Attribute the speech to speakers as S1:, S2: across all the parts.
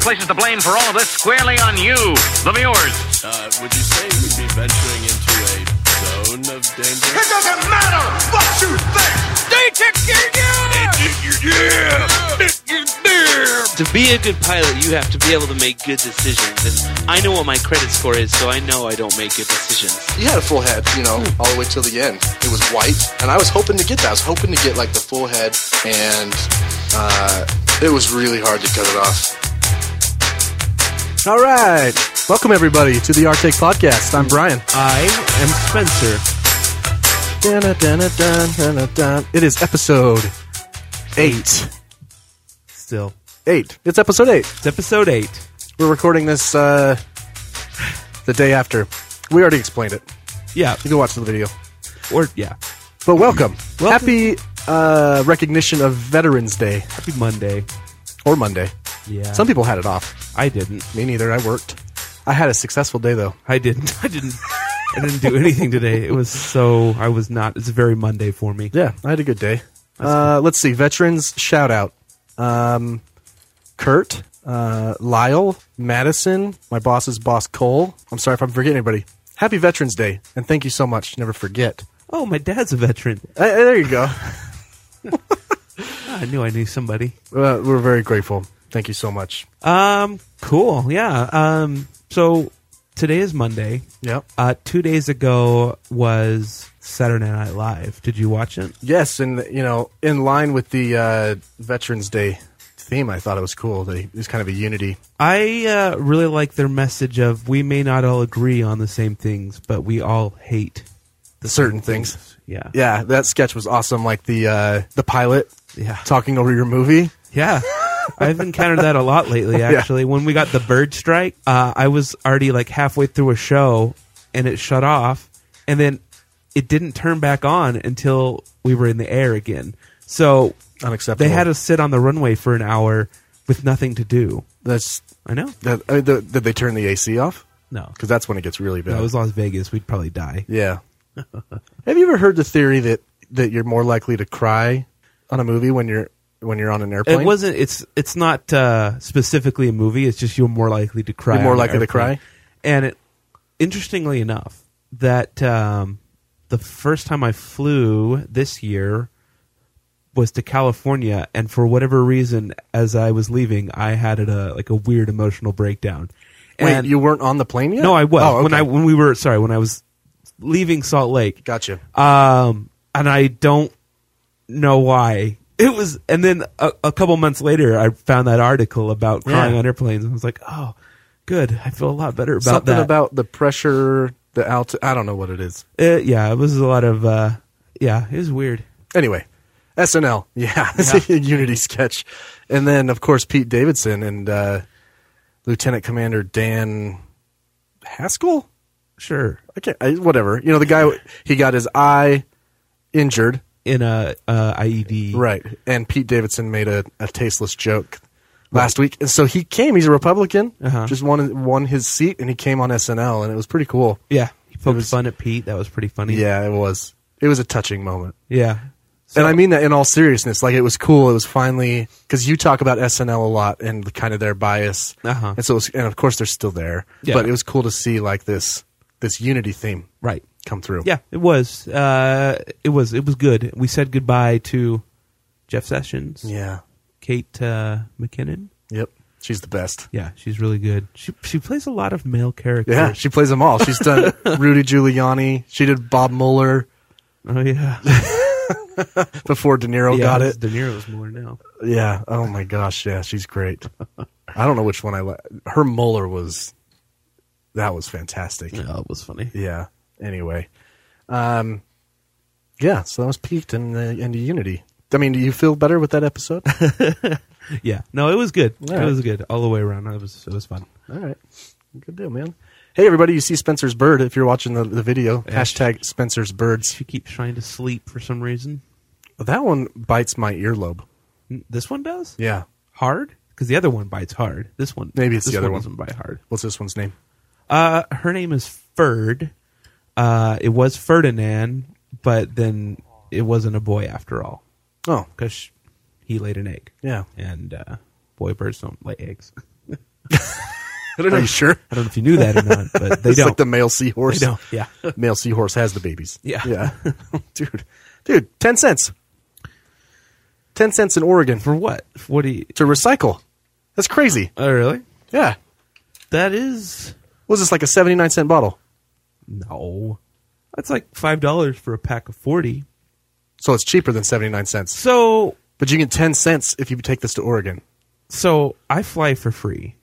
S1: places the blame for all of this squarely on you, the viewers.
S2: Uh, would you say we'd be venturing into a zone of danger?
S3: It doesn't matter what you think.
S4: To be a good pilot, you have to be able to make good decisions. And I know what my credit score is, so I know I don't make good decisions.
S5: He had a full head, you know,
S6: Hmm.
S5: all the way till the end. It was white, and I was hoping to get that. I was hoping to get like the full head, and uh, it was really hard to cut it off.
S6: All right. Welcome, everybody, to the Arctic Podcast. I'm Brian.
S7: I am Spencer.
S6: Dun-dun-dun-dun-dun-dun. It is episode eight.
S7: Still,
S6: Eight. It's episode eight.
S7: it's episode eight.
S6: We're recording this uh, the day after. We already explained it.
S7: Yeah,
S6: You can watch the video.
S7: or yeah,
S6: But welcome.
S7: Welcome.
S6: Happy uh, recognition of Veterans Day
S7: happy Monday.
S6: or Monday.
S7: Yeah,
S6: Some people had it off.
S7: I didn't.
S6: Me neither. I worked. I had a successful day though.
S7: I didn't. I didn't. I didn't do anything today. It was so I was not. It's a very Monday for me.
S6: Yeah, I had a good day. Uh, Let's see. Veterans shout out. Um, Kurt, uh, Lyle, Madison, my boss's boss Cole. I'm sorry if I'm forgetting anybody. Happy Veterans Day, and thank you so much. Never forget.
S7: Oh, my dad's a veteran.
S6: Uh, there you go.
S7: I knew I knew somebody.
S6: Uh, we're very grateful. Thank you so much.
S7: Um, cool. Yeah. Um, so today is Monday.
S6: Yep.
S7: Uh, two days ago was Saturday Night Live. Did you watch it?
S6: Yes, and you know, in line with the uh, Veterans Day theme, I thought it was cool. That it was kind of a unity.
S7: I uh, really like their message of we may not all agree on the same things, but we all hate.
S6: The certain things.
S7: Yeah.
S6: Yeah, that sketch was awesome. Like the uh, the pilot
S7: Yeah.
S6: talking over your movie.
S7: Yeah. I've encountered that a lot lately, actually. When we got the bird strike, uh, I was already like halfway through a show and it shut off. And then it didn't turn back on until we were in the air again. So
S6: Unacceptable.
S7: they had us sit on the runway for an hour with nothing to do.
S6: That's
S7: I know.
S6: that. I mean, the, did they turn the AC off?
S7: No.
S6: Because that's when it gets really
S7: If
S6: bad.
S7: it was Las Vegas, we'd probably die.
S6: yeah. Have you ever heard the theory that that you're more likely to cry on a movie when you're when you're on an airplane?
S7: It wasn't. It's it's not uh, specifically a movie. It's just you're more likely to cry.
S6: You're more
S7: on an
S6: likely to
S7: airplane.
S6: cry?
S7: And it, interestingly enough, that um, the first time I flew this year was to California, and for whatever reason, as I was leaving, I had a like a weird emotional breakdown.
S6: Wait,
S7: And-
S6: you weren't on the plane yet?
S7: no, I was
S6: Oh, okay.
S7: when I when we were sorry when I was leaving Salt Lake.
S6: gotcha.
S7: Um, and I don't know why it was. And then a, a couple months later, I found that article about crying
S6: Yeah.
S7: on airplanes, and I was like, "Oh, good. I feel a lot better about
S6: Something
S7: that."
S6: about the pressure, the alt. I don't know what it is.
S7: Uh, yeah, it was a lot of. Uh, yeah, it was weird.
S6: Anyway, SNL. Yeah, it's a Unity sketch, and then of course Pete Davidson and uh, Lieutenant Commander Dan Haskell.
S7: Sure,
S6: I can't. I, whatever. You know, the guy he got his eye injured,
S7: in a uh, IED,
S6: right? And Pete Davidson made a, a tasteless joke last week, and so he came. He's a Republican,
S7: Uh-huh.
S6: just won won his seat, and he came on SNL, and it was pretty cool.
S7: Yeah, he poked
S6: was-
S7: fun at Pete. That was pretty funny.
S6: Yeah, it was. It was a touching moment.
S7: yeah.
S6: and I mean that in all seriousness. Like it was cool. It was finally because you talk about SNL a lot and the kind of their bias,
S7: Uh-huh.
S6: and so it was, and of course they're still there.
S7: Yeah.
S6: But it was cool to see like this this unity theme
S7: Right.
S6: come through.
S7: Yeah, it was. Uh, it was. It was good. We said goodbye to Jeff Sessions,
S6: yeah,
S7: Kate uh, McKinnon.
S6: yep. She's the best.
S7: Yeah, she's really good. She she plays a lot of male characters.
S6: Yeah, she plays them all. She's done Rudy Giuliani. She did Bob Mueller
S7: oh yeah.
S6: before De Niro
S7: yeah,
S6: Oh, got
S7: it's
S6: it.
S7: De Niro's more now.
S6: Yeah. Oh my gosh. Yeah, she's great. I don't know which one I like. Her Mueller was that was fantastic.
S7: Yeah, it was funny.
S6: yeah anyway um yeah so that was peaked in the in the unity i mean do you feel better with that episode
S7: Yeah, no, it was good.
S6: All
S7: It
S6: right.
S7: was good all the way around. It was it was fun.
S6: all right good deal man hey everybody you see spencer's bird if you're watching the, the video
S7: Yeah.
S6: hashtag spencer's birds
S7: She keeps trying to sleep for some reason.
S6: that one bites my earlobe
S7: N- This one does
S6: yeah
S7: hard because the other one bites hard. This one
S6: Maybe it's
S7: this
S6: the other one.
S7: doesn't bite hard.
S6: what's this one's name
S7: Uh, her name is Ferd. Uh, it was Ferdinand, but then it wasn't a boy after all
S6: oh
S7: because he laid an egg.
S6: yeah
S7: and uh, boy birds don't lay eggs.
S6: I don't know. Are you sure?
S7: I don't know if you knew that or not, but they
S6: It's
S7: don't.
S6: like the male seahorse.
S7: They don't, yeah.
S6: male seahorse has the babies.
S7: Yeah.
S6: yeah, dude, dude, ten cents, ten cents in Oregon
S7: For what? What do you?
S6: to recycle. That's crazy.
S7: Oh, really?
S6: Yeah,
S7: That is
S6: was this like a seventy nine cent bottle?
S7: no. That's like five dollars for a pack of forty.
S6: So it's cheaper than seventy nine cents,
S7: So,
S6: but you get ten cents if you take this to Oregon.
S7: so I fly for free.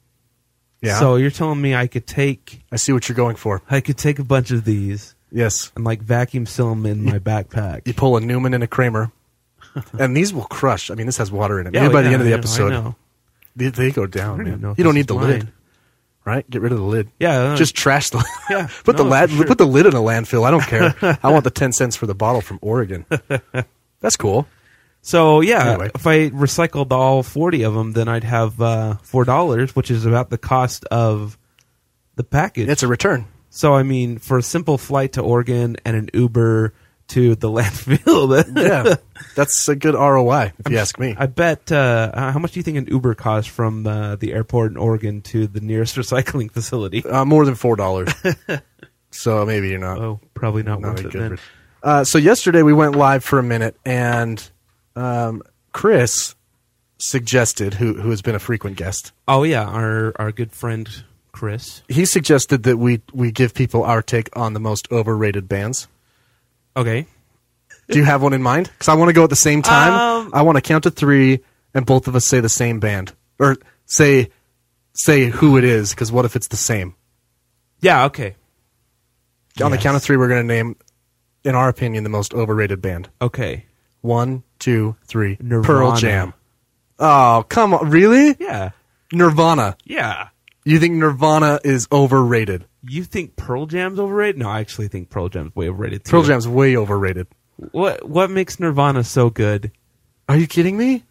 S6: Yeah,
S7: So you're telling me I could take
S6: I see what you're going for.
S7: I could take a bunch of these
S6: Yes,
S7: and like vacuum seal them in my
S6: you
S7: backpack.
S6: pull a Newman and a Kramer, and these will crush. I mean, this has water in it.
S7: Yeah, oh,
S6: Maybe by the
S7: yeah,
S6: end of the
S7: I know, I
S6: episode,
S7: know.
S6: They, they go
S7: I
S6: down.
S7: don't even
S6: Man.
S7: know if
S6: you don't
S7: this
S6: need
S7: is
S6: the
S7: mine.
S6: lid, right? Get rid of the lid.
S7: Yeah, I
S6: just trash the.
S7: Yeah,
S6: put the
S7: no,
S6: lad,
S7: for sure.
S6: put the lid in a landfill. I don't care. I want the ten cents for the bottle from Oregon. That's cool.
S7: So yeah,
S6: Anyway.
S7: if I recycled all forty of them, then I'd have uh, four dollars, which is about the cost of the package.
S6: It's a return.
S7: so I mean, for a simple flight to Oregon and an Uber to the landfill, that-
S6: Yeah, that's a good ROI if you ask me.
S7: I bet. Uh, uh, how much do you think an Uber costs from uh, the airport in Oregon to the nearest recycling facility?
S6: Uh, more than four dollars. so maybe you're not.
S7: Oh, probably not,
S6: not a
S7: worth it.
S6: good
S7: Then.
S6: re- Uh, so yesterday we went live for a minute, and um, Chris suggested, who who has been a frequent guest,
S7: Oh yeah, our our good friend Chris.
S6: he suggested that we we give people our take on the most overrated bands.
S7: Okay.
S6: Do you have one in mind? Because I want to go at the same time.
S7: Um,
S6: I want to count to three, and both of us say the same band or say say who it is. Because what if it's the same?
S7: Yeah. Okay.
S6: On the
S7: Yes.
S6: count of three, we're going to name, in our opinion, the most overrated band.
S7: Okay.
S6: One, two, three. Pearl
S7: Nirvana.
S6: Jam. Oh come on! Really?
S7: Yeah.
S6: Nirvana.
S7: Yeah.
S6: You think Nirvana is overrated?
S7: You think Pearl Jam's overrated? No, I actually think Pearl Jam's way overrated. Too.
S6: Pearl Jam's way overrated.
S7: What What makes Nirvana so good?
S6: Are you kidding me?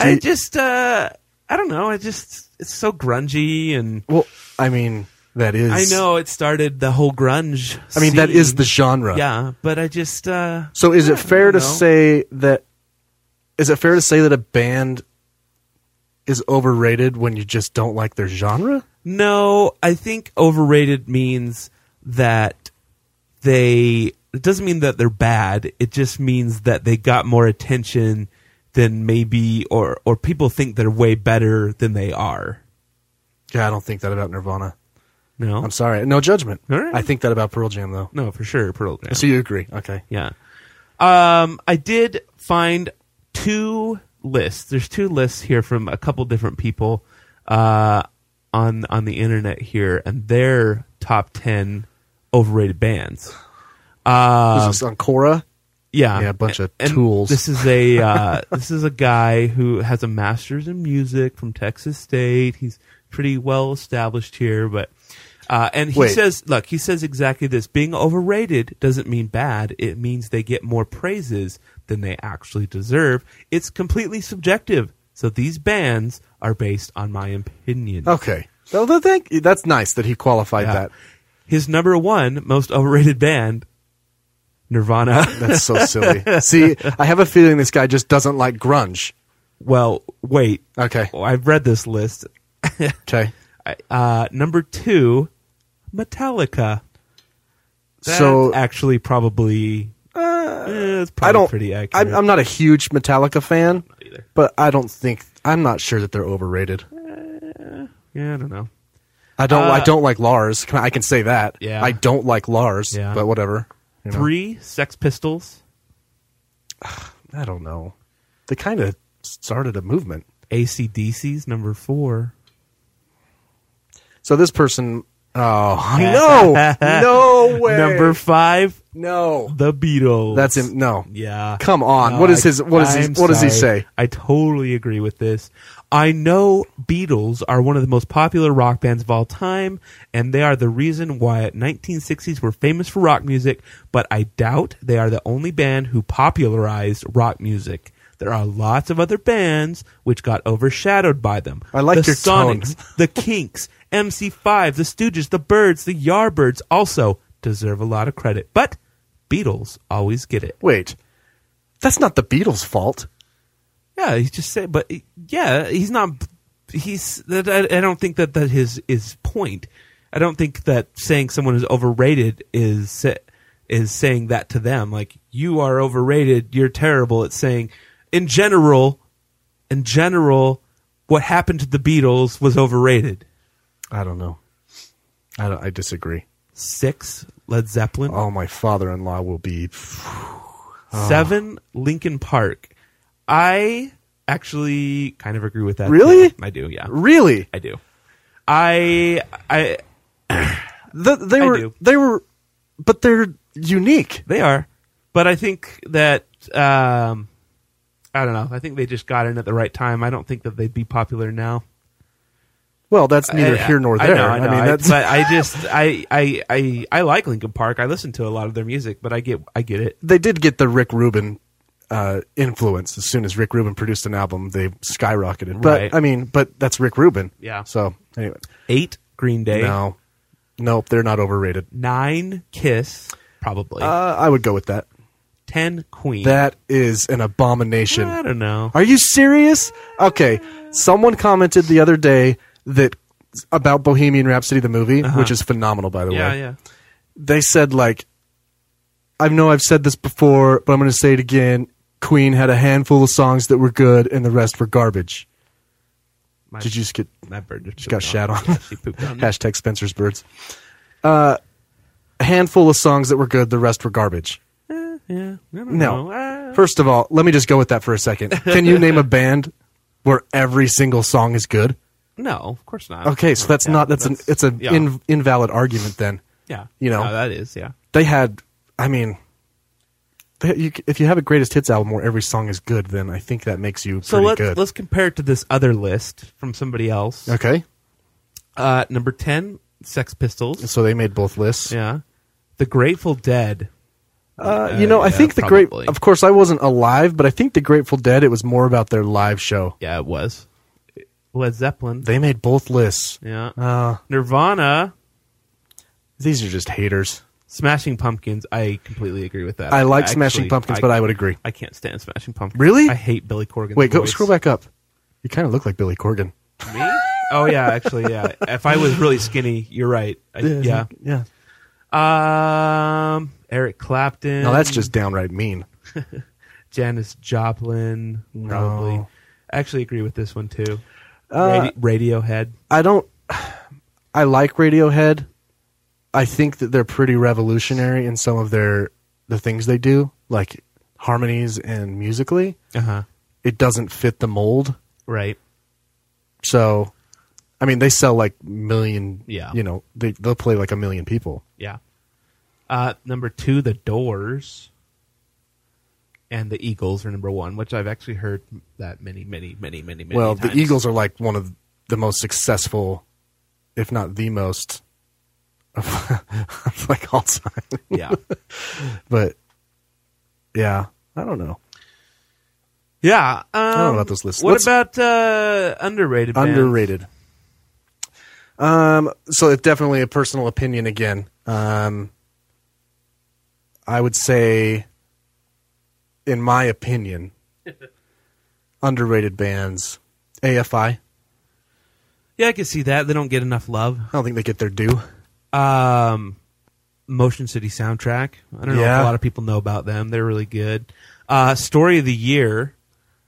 S7: I
S6: Do-
S7: just, uh, I don't know. I just, it's so grungy, and
S6: Well, I mean that is.
S7: I know it started the whole grunge.
S6: I mean that is
S7: scene.
S6: the genre.
S7: yeah, but I just, uh,
S6: So is it fair to
S7: know.
S6: say that is it fair to say that a band is overrated when you just don't like their genre?
S7: no. I think overrated means that they. It doesn't mean that they're bad. It just means that they got more attention than maybe, or or people think they're way better than they are.
S6: Yeah, I don't think that about Nirvana.
S7: No,
S6: I'm sorry. No judgment.
S7: All right.
S6: I think that about Pearl Jam though.
S7: No, for sure, Pearl Jam.
S6: So you agree. Okay.
S7: yeah. Um, I did find two lists. There's two lists here from a couple different people uh, on on the internet here, and their top ten overrated bands. Um,
S6: this is on Cora.
S7: Yeah,
S6: Yeah, a bunch of
S7: And
S6: tools.
S7: This is a uh, this is a guy who has a master's in music from Texas State. He's pretty well established here, but uh, and he
S6: Wait.
S7: says, look, he says exactly this: being overrated doesn't mean bad. It means they get more praises than they actually deserve. It's completely subjective. So these bands are based on my opinion.
S6: Okay. So the thing- that's nice that he qualified
S7: Yeah.
S6: that.
S7: His number one most overrated band, Nirvana.
S6: That's so silly. See, I have a feeling this guy just doesn't like grunge.
S7: well, wait.
S6: Okay.
S7: Oh, I've read this list.
S6: Okay.
S7: I- Uh, number two, Metallica. That's
S6: So- uh,
S7: actually probably eh, it's probably
S6: I don't.
S7: pretty accurate.
S6: I'm, I'm not a huge Metallica fan,
S7: either.
S6: but I don't think I'm not sure that they're overrated.
S7: yeah, I don't know.
S6: I don't. I
S7: Uh,
S6: don't like Lars. Can I I can say that.
S7: Yeah.
S6: I don't like Lars.
S7: Yeah.
S6: But whatever. you know?
S7: Three, Sex Pistols.
S6: I don't know. They kind of started a movement.
S7: ACDC's number four.
S6: So this person. Oh no! no way!
S7: Number five,
S6: no.
S7: The Beatles.
S6: That's him. No.
S7: Yeah.
S6: Come on.
S7: No,
S6: what is
S7: I-
S6: his? What is his?
S7: Uh, I'm
S6: What does he
S7: sorry.
S6: say?
S7: I totally agree with this. I know Beatles are one of the most popular rock bands of all time, and they are the reason why 1960s were famous for rock music. But I doubt they are the only band who popularized rock music. There are lots of other bands which got overshadowed by them.
S6: I like
S7: the
S6: your tone.
S7: Sonics, the Kinks, MC5, the Stooges, the Birds, the Yardbirds also deserve a lot of credit, but Beatles always get it.
S6: Wait. That's not the Beatles' fault.
S7: Yeah, he's just saying, but yeah, he's not he's that I, I don't think that that his is point. I don't think that saying someone is overrated is sa- is saying that to them like you are overrated, you're terrible. It's saying in general, in general, what happened to the Beatles was overrated.
S6: I don't know. I, don't, I disagree.
S7: Six Led Zeppelin.
S6: Oh, my father-in-law will be.
S7: Seven, Lincoln Park. I actually kind of agree with that.
S6: Really?
S7: too. I do. Yeah,
S6: Really?
S7: I do. I I
S6: Th they
S7: I
S6: were.
S7: do.
S6: They were, but they're unique.
S7: they are, but I think that um, I don't know. I think they just got in at the right time. I don't think that they'd be popular now.
S6: Well, that's neither
S7: I-
S6: here nor
S7: Uh, I
S6: there.
S7: know, I, know.
S6: mean,
S7: I-
S6: that's
S7: but I just I, I I I like Lincoln Park. I listen to a lot of their music, but I get I get it.
S6: they did get the Rick Rubin uh, influence. As soon as Rick Rubin produced an album, they skyrocketed. But
S7: Right.
S6: I mean, but that's Rick Rubin.
S7: Yeah.
S6: So anyway,
S7: Eight Green Day,
S6: no, nope, they're not overrated.
S7: nine Kiss, probably
S6: Uh, I would go with that.
S7: ten Queen.
S6: That is an abomination.
S7: I don't know.
S6: Are you serious? Okay. Someone commented the other day that about Bohemian Rhapsody the movie, which is phenomenal by the
S7: Uh-huh. Yeah,
S6: way.
S7: yeah.
S6: They said like I know I've said this before, but I'm going to say it again. Queen had a handful of songs that were good and the rest were garbage.
S7: My,
S6: Did you just get
S7: My bird just,
S6: just got
S7: pooped
S6: shat on?
S7: Yeah, she pooped on. me.
S6: Hashtag Spencer's Birds. Uh, a handful of songs that were good, the rest were garbage.
S7: yeah. I don't
S6: No.
S7: know. Ah.
S6: First of all, let me just go with that for a second. Can you name a band where every single song is good?
S7: no, of course not.
S6: Okay, so that's
S7: Yeah,
S6: not that's, an it's an
S7: yeah.
S6: in, invalid argument then.
S7: yeah.
S6: you know.
S7: No, that is yeah.
S6: They had, I mean, they, you, c- if you have a greatest hits album where every song is good, then I think that makes you
S7: So
S6: pretty
S7: let's
S6: good.
S7: let's compare it to this other list from somebody else.
S6: okay,
S7: Uh, number ten, Sex Pistols.
S6: so they made both lists.
S7: Yeah, The Grateful Dead.
S6: Uh, you know, I
S7: yeah,
S6: think the
S7: probably.
S6: great. Of course, I wasn't alive, but I think the Grateful Dead. It was more about their live show.
S7: Yeah, it was Led Zeppelin.
S6: They made both lists.
S7: yeah,
S6: Uh,
S7: Nirvana,
S6: these are just haters.
S7: Smashing Pumpkins. I completely agree with that.
S6: I like
S7: Actually,
S6: Smashing Pumpkins, but I would agree.
S7: I can't stand Smashing Pumpkins.
S6: Really?
S7: I hate Billy Corgan.
S6: Wait, go
S7: voice.
S6: scroll back up. You kind of look like Billy Corgan.
S7: Me? Oh yeah, actually, yeah. If I was really skinny, you're right. I, yeah.
S6: yeah.
S7: Um, Eric Clapton.
S6: No, that's just downright mean.
S7: Janis Joplin. Probably. I actually agree with this one too.
S6: Uh,
S7: Radi- Radiohead.
S6: I don't. I like Radiohead. I think that they're pretty revolutionary in some of their the things they do, like harmonies and musically.
S7: Uh huh.
S6: It doesn't fit the mold,
S7: Right.
S6: so I mean they sell like million.
S7: Yeah.
S6: you know they they'll play like a million people.
S7: Yeah. Uh, number two, The Doors. And the Eagles are number one, which I've actually heard that many, many, many, many, many.
S6: well,
S7: times.
S6: the Eagles are like one of the most successful, if not the most, of, of like all time.
S7: Yeah.
S6: But yeah, I don't know.
S7: Yeah. Um,
S6: know about this list.
S7: What
S6: Let's-
S7: about uh, underrated? bands?
S6: underrated. Um, so it's definitely a personal opinion again. Um, I would say, in my opinion, underrated bands, AFI. I
S7: Yeah, I can see that. They don't get enough love.
S6: don't think they get their due.
S7: Um, Motion City soundtrack. I don't know
S6: Yeah.
S7: if a lot of people know about them. They're really good. Uh, Story of the year.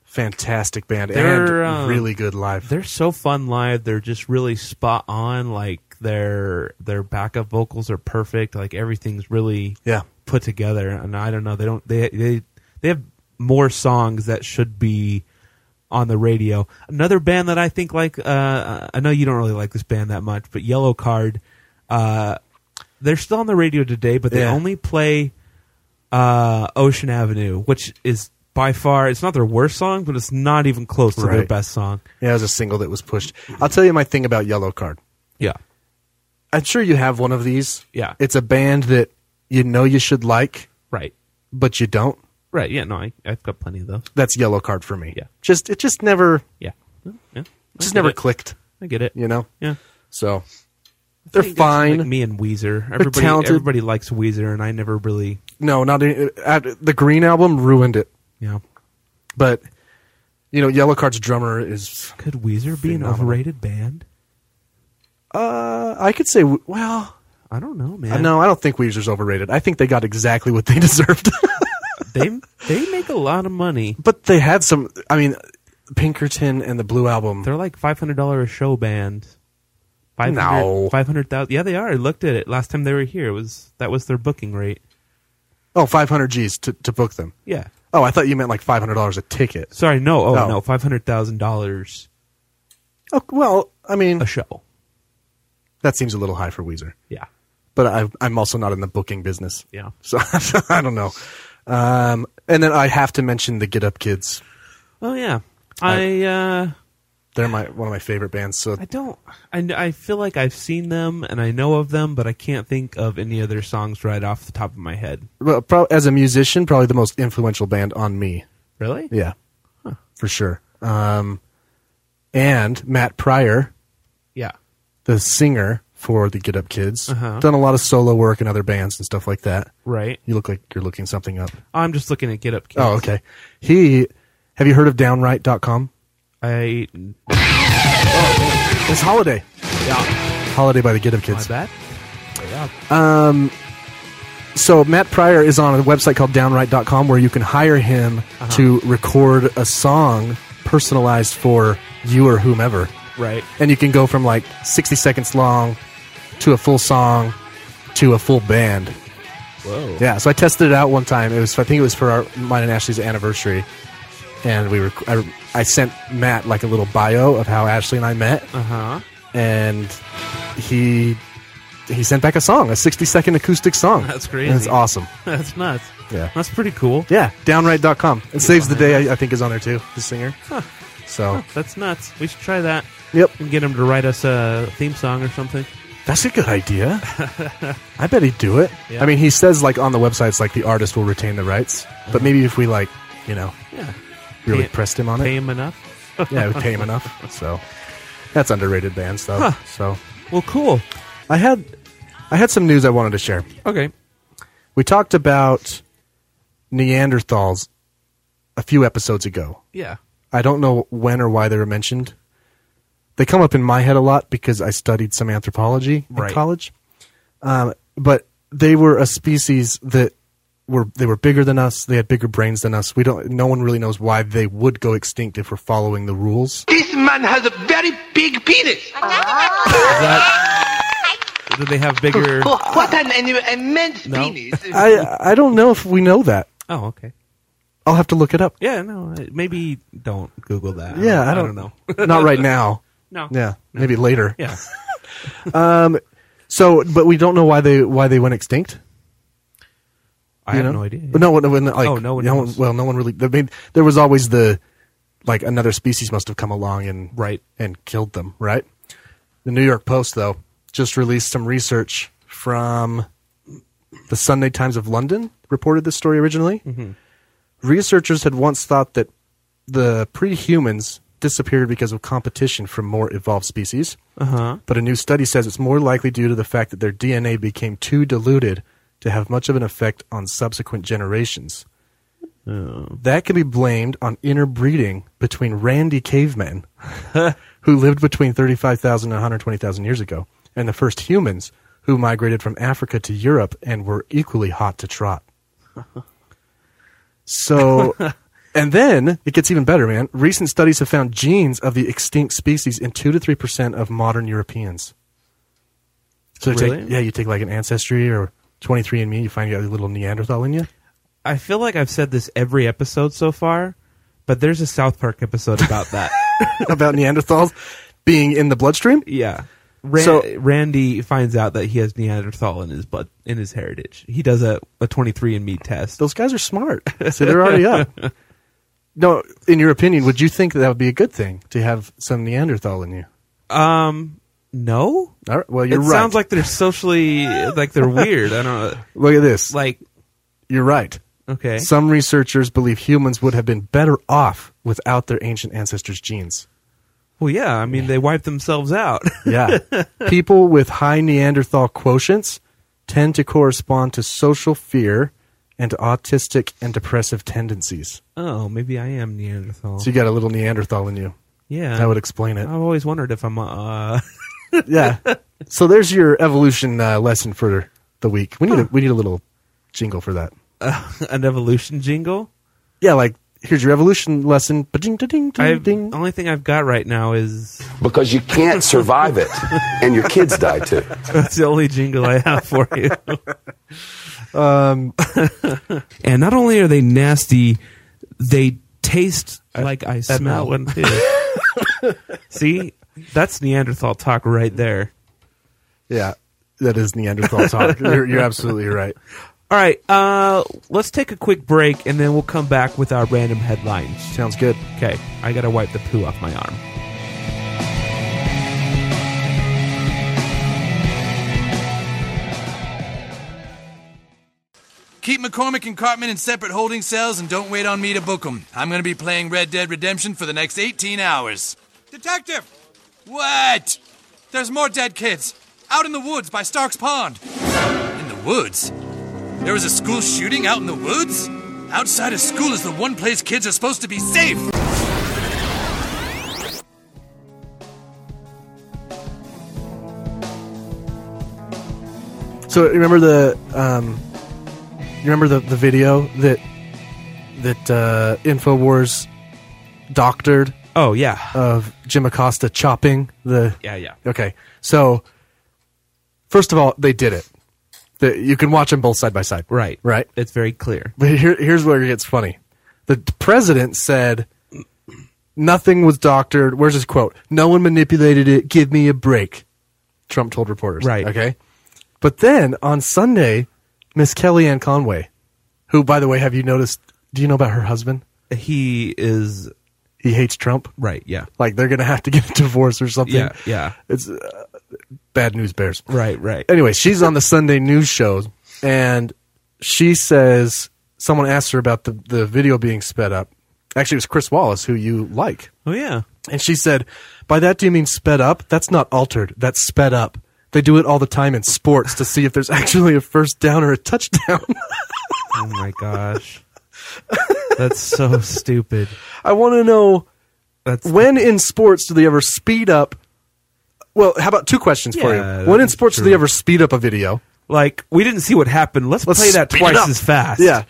S6: Fantastic band
S7: They're,
S6: and
S7: um,
S6: really good live.
S7: They're so fun live. They're just really spot on. Like their their backup vocals are perfect. Like everything's really
S6: Yeah,
S7: put together. And I don't know. They don't. They they they have more songs that should be on the radio. Another band that I think like. Uh, I know you don't really like this band that much, but Yellow Card. Uh, they're still on the radio today, but they
S6: Yeah.
S7: only play uh, Ocean Avenue, which is by far it's not their worst song, but it's not even close to their
S6: Right.
S7: best song.
S6: yeah, it was a single that was pushed. I'll tell you my thing about Yellow Card.
S7: Yeah.
S6: I'm sure you have one of these.
S7: Yeah.
S6: it's a band that you know you should like,
S7: Right.
S6: but you don't.
S7: Right. Yeah. No, I, I've got plenty of those.
S6: that's yellow card for me.
S7: Yeah.
S6: Just it just never
S7: Yeah. Yeah. I
S6: just
S7: get
S6: never
S7: it.
S6: clicked,
S7: I get it.
S6: you know?
S7: Yeah.
S6: So they're
S7: think that's
S6: fine.
S7: Like me and Weezer. Everybody,
S6: talented.
S7: everybody likes Weezer, and I never really,
S6: e, no, not any, uh, the Green album ruined it.
S7: you know.
S6: But You know, Yellow Card's drummer is.
S7: Could Weezer be
S6: Phenomenal.
S7: an overrated band?
S6: Uh, I could say. Well,
S7: I don't know,
S6: uh,
S7: man.
S6: no, I don't think Weezer's overrated. I think they got exactly what they deserved.
S7: they they make a lot of money.
S6: but they had some. I mean, Pinkerton and the Blue Album.
S7: They're like five hundred dollar a show band. Five hundred,
S6: No.
S7: five hundred thousand. Yeah, they are. I looked at it last time they were here. It was that was their booking rate?
S6: Oh, 500 G's to, to book them.
S7: Yeah.
S6: Oh, I thought you meant like $500 a ticket.
S7: Sorry, no. Oh
S6: No.
S7: no, five hundred thousand dollars
S6: Oh, well, I mean,
S7: a show.
S6: that seems a little high for Weezer.
S7: Yeah.
S6: But I, I'm also not in the booking business.
S7: Yeah.
S6: So I don't know. Um, and then I have to mention the Get Up Kids.
S7: Oh yeah. I uh
S6: They're my one of my favorite bands. So
S7: I don't I I feel like I've seen them and I know of them, but I can't think of any of their songs right off the top of my head.
S6: well, pro- as a musician, probably the most influential band on me.
S7: Really?
S6: Yeah, for sure. Um, and Matt Pryor,
S7: Yeah.
S6: the singer for the Get Up Kids,
S7: Uh-huh.
S6: done a lot of solo work in other bands and stuff like that.
S7: Right.
S6: You look like you're looking something up.
S7: I'm just looking at Get Up Kids.
S6: Oh, okay. He, have you heard of Downright.com?
S7: I
S6: It's Holiday.
S7: yeah.
S6: Holiday by the Get Up
S7: My
S6: Kids.
S7: bad. Yeah.
S6: so Matt Pryor is on a website called downright.com where you can hire him
S7: Uh-huh.
S6: to record a song personalized for you or whomever.
S7: Right.
S6: And you can go from like 60 seconds long to a full song to a full band.
S7: Whoa.
S6: Yeah, so I tested it out one time. It was I think it was for our mine and Ashley's anniversary. And we were I, I sent Matt like a little bio of how Ashley and I met
S7: Uh huh.
S6: and he he sent back a song, a 60 second acoustic song.
S7: That's
S6: And it's
S7: crazy.
S6: awesome.
S7: That's nuts.
S6: Yeah.
S7: That's pretty cool.
S6: Yeah, downright.com. And Saves the Day, I, I think, is on there too, the singer. So,
S7: That's nuts. We should try that
S6: yep.
S7: and get him to write us a theme song or something.
S6: That's a good idea. I bet he'd do it.
S7: Yeah.
S6: I mean, he says, like, on the websites, like, the artist will retain the rights.
S7: Uh-huh.
S6: But maybe if we, like, you know,
S7: Yeah.
S6: really
S7: Pay-
S6: pressed him on
S7: Pay
S6: it,
S7: him enough.
S6: yeah, it would pay him enough. So, that's underrated bands, though.
S7: Huh.
S6: So,
S7: Well, cool.
S6: I had. I had some news I wanted to share.
S7: Okay.
S6: We talked about Neanderthals a few episodes ago.
S7: Yeah.
S6: I don't know when or why they were mentioned. They come up in my head a lot because I studied some anthropology
S7: Right.
S6: in college. Um, but they were a species that were they were bigger than us. They had bigger brains than us. We don't. No one really knows why they would go extinct if we're following the rules.
S3: This man has a very big penis.
S7: Do they have bigger?
S3: Oh, what an, an immense
S7: No.
S3: penis.
S6: I I don't know if we know that.
S7: Oh, okay.
S6: I'll have to look it up.
S7: Yeah. No. I- Maybe don't Google that.
S6: Yeah, I don't,
S7: know.
S6: Not right now.
S7: no.
S6: Yeah, maybe later.
S7: Yeah.
S6: So, but we don't know why they why they went extinct.
S7: I
S6: you
S7: have
S6: know?
S7: no idea.
S6: But no one, when, like,
S7: Oh, no one knows.
S6: well, no one really. I mean, there was always the like another species must have come along and
S7: Right.
S6: and killed them, right? The New York Post though just released some research from the Sunday Times of London reported this story originally.
S7: Mm-hmm.
S6: Researchers had once thought that the pre-humans disappeared because of competition from more evolved species.
S7: Uh huh.
S6: But a new study says it's more likely due to the fact that their DNA became too diluted to have much of an effect on subsequent generations. That can be blamed on interbreeding between randy cavemen who lived between 35,000 and 120,000 years ago and the first humans who migrated from Africa to Europe and were equally hot to trot. So, and then it gets even better, man. Recent studies have found genes of the extinct species in two to three percent of modern Europeans. So, you
S7: Really?
S6: take, yeah, you take like an ancestry or twenty three andme you find you got a little Neanderthal in you.
S7: I feel like I've said this every episode so far, but there's a South Park episode about that.
S6: about Neanderthals being in the bloodstream.
S7: Yeah. Ran-
S6: So-
S7: Randy finds out that he has Neanderthal in his blood in his heritage. He does a, a 23andme test.
S6: Those guys are smart, so they're already up. No, in your opinion, would you think that, that would be a good thing to have some Neanderthal in you?
S7: Um no?
S6: All right, well, you're
S7: it
S6: right.
S7: sounds like they're socially like they're weird. I don't know.
S6: look at this.
S7: Like
S6: you're right.
S7: okay.
S6: Some researchers believe humans would have been better off without their ancient ancestors' genes.
S7: well yeah, I mean they wipe themselves out.
S6: Yeah. People with high Neanderthal quotients tend to correspond to social fear and autistic and depressive tendencies.
S7: Oh, maybe I am Neanderthal.
S6: So you got a little Neanderthal in you.
S7: yeah,
S6: That would explain it.
S7: I've always wondered if I'm. Uh,
S6: yeah. So there's your evolution uh, lesson for the week. We need a, we need a little jingle for that.
S7: an evolution jingle.
S6: Yeah, like here's your evolution lesson. Ding ding ding
S7: I
S6: ding. ding.
S7: only thing I've got right now is
S8: because you can't survive it, and your kids die too.
S7: that's the only jingle I have for you. Um, and not only are they nasty, they taste like I smell one too. See, that's Neanderthal talk right there.
S6: Yeah, that is Neanderthal talk. you're, you're absolutely right.
S7: All right, uh, let's take a quick break and then we'll come back with our random headlines.
S6: Sounds good.
S7: Okay, I gotta wipe the poo off my arm.
S9: Keep McCormick and Cartman in separate holding cells and don't wait on me to book them. I'm going to be playing Red Dead Redemption for the next 18 hours. Detective! What? There's more dead kids. Out in the woods by Stark's Pond. In the woods? There was a school shooting out in the woods? Outside of school is the one place kids are supposed to be safe.
S6: So remember the um, you remember the, the video that that uh, Infowars doctored
S7: Oh yeah,
S6: of Jim Acosta chopping the
S7: yeah, yeah.
S6: Okay. So, first of all, they did it. The, you can watch them both side by side.
S7: Right,
S6: Right.
S7: It's very clear.
S6: But here, here's where it gets funny. The president said, nothing was doctored. Where's his quote? No one manipulated it. Give me a break. Trump told reporters.
S7: Right.
S6: Okay. But then on Sunday, Miss Kellyanne Conway, who, by the way, have you noticed? Do you know about her husband?
S7: He is
S6: He hates Trump.
S7: right. Yeah,
S6: Like they're going to have to get a divorce or something.
S7: yeah, yeah.
S6: It's uh, bad news bears.
S7: Right, right.
S6: anyway, she's on the Sunday news show, and she says someone asked her about the, the video being sped up. Actually, it was Chris Wallace, who you like.
S7: Oh yeah.
S6: And she said, By that, do you mean sped up? That's not altered. That's sped up. They do it all the time in sports to see if there's actually a first down or a touchdown.
S7: Oh my gosh. That's so stupid.
S6: I want to know
S7: That's
S6: when in sports do they ever speed up? Well, how about two questions for
S7: Yeah,
S6: you? When in
S7: that's
S6: sports do
S7: true.
S6: they ever speed up a video?
S7: like we didn't see what happened. Let's,
S6: Let's
S7: play that
S6: speed it
S7: twice
S6: up.
S7: as fast.
S6: Yeah.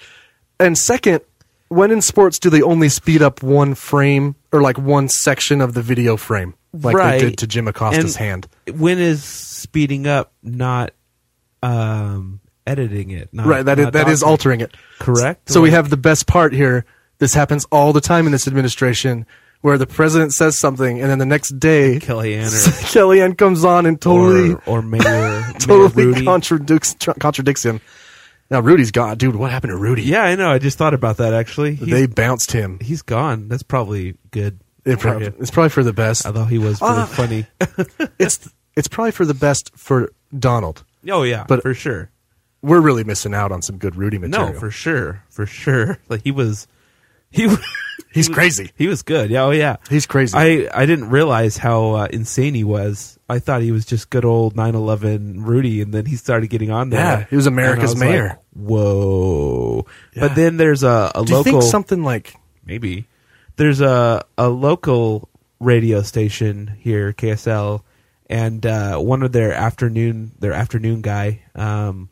S6: And second, when in sports do they only speed up one frame or like one section of the video frame, like
S7: Right.
S6: they did to Jim Acosta's
S7: And
S6: hand?
S7: When is speeding up not um editing it? Not,
S6: right. That is,
S7: not
S6: that is
S7: altering-
S6: altering it.
S7: correct.
S6: So we
S7: Like,
S6: have the best part here. This happens all the time in this administration, where the president says something, and then the next day,
S7: Kellyanne
S6: Kellyanne comes on and
S7: or,
S6: totally,
S7: or, or Mayor, Mayor
S6: totally
S7: Rudy.
S6: contradicts tr- contradicts him. Now Rudy's gone, dude. What happened to Rudy?
S7: yeah, I know. I just thought about that actually. He's,
S6: they bounced him.
S7: he's gone. That's probably good.
S6: It prob-
S7: for you.
S6: it's probably for the best.
S7: Although he was really
S6: Ah.
S7: funny.
S6: it's it's probably for the best for Donald.
S7: oh yeah,
S6: But-
S7: for sure.
S6: We're really missing out on some good Rudy material.
S7: No, for sure, for sure. Like he was, he was,
S6: He's crazy.
S7: he was good. Yeah, oh yeah,
S6: He's crazy.
S7: I I didn't realize how uh, insane he was. I thought he was just good old 9/11 Rudy, and then he started getting on there.
S6: Yeah, he was
S7: And I
S6: America's
S7: was
S6: mayor.
S7: like, Whoa!
S6: Yeah.
S7: But then there's a, a
S6: Do you
S7: local
S6: think something like
S7: maybe there's a a local radio station here KSL and uh, one of their afternoon their afternoon guy um,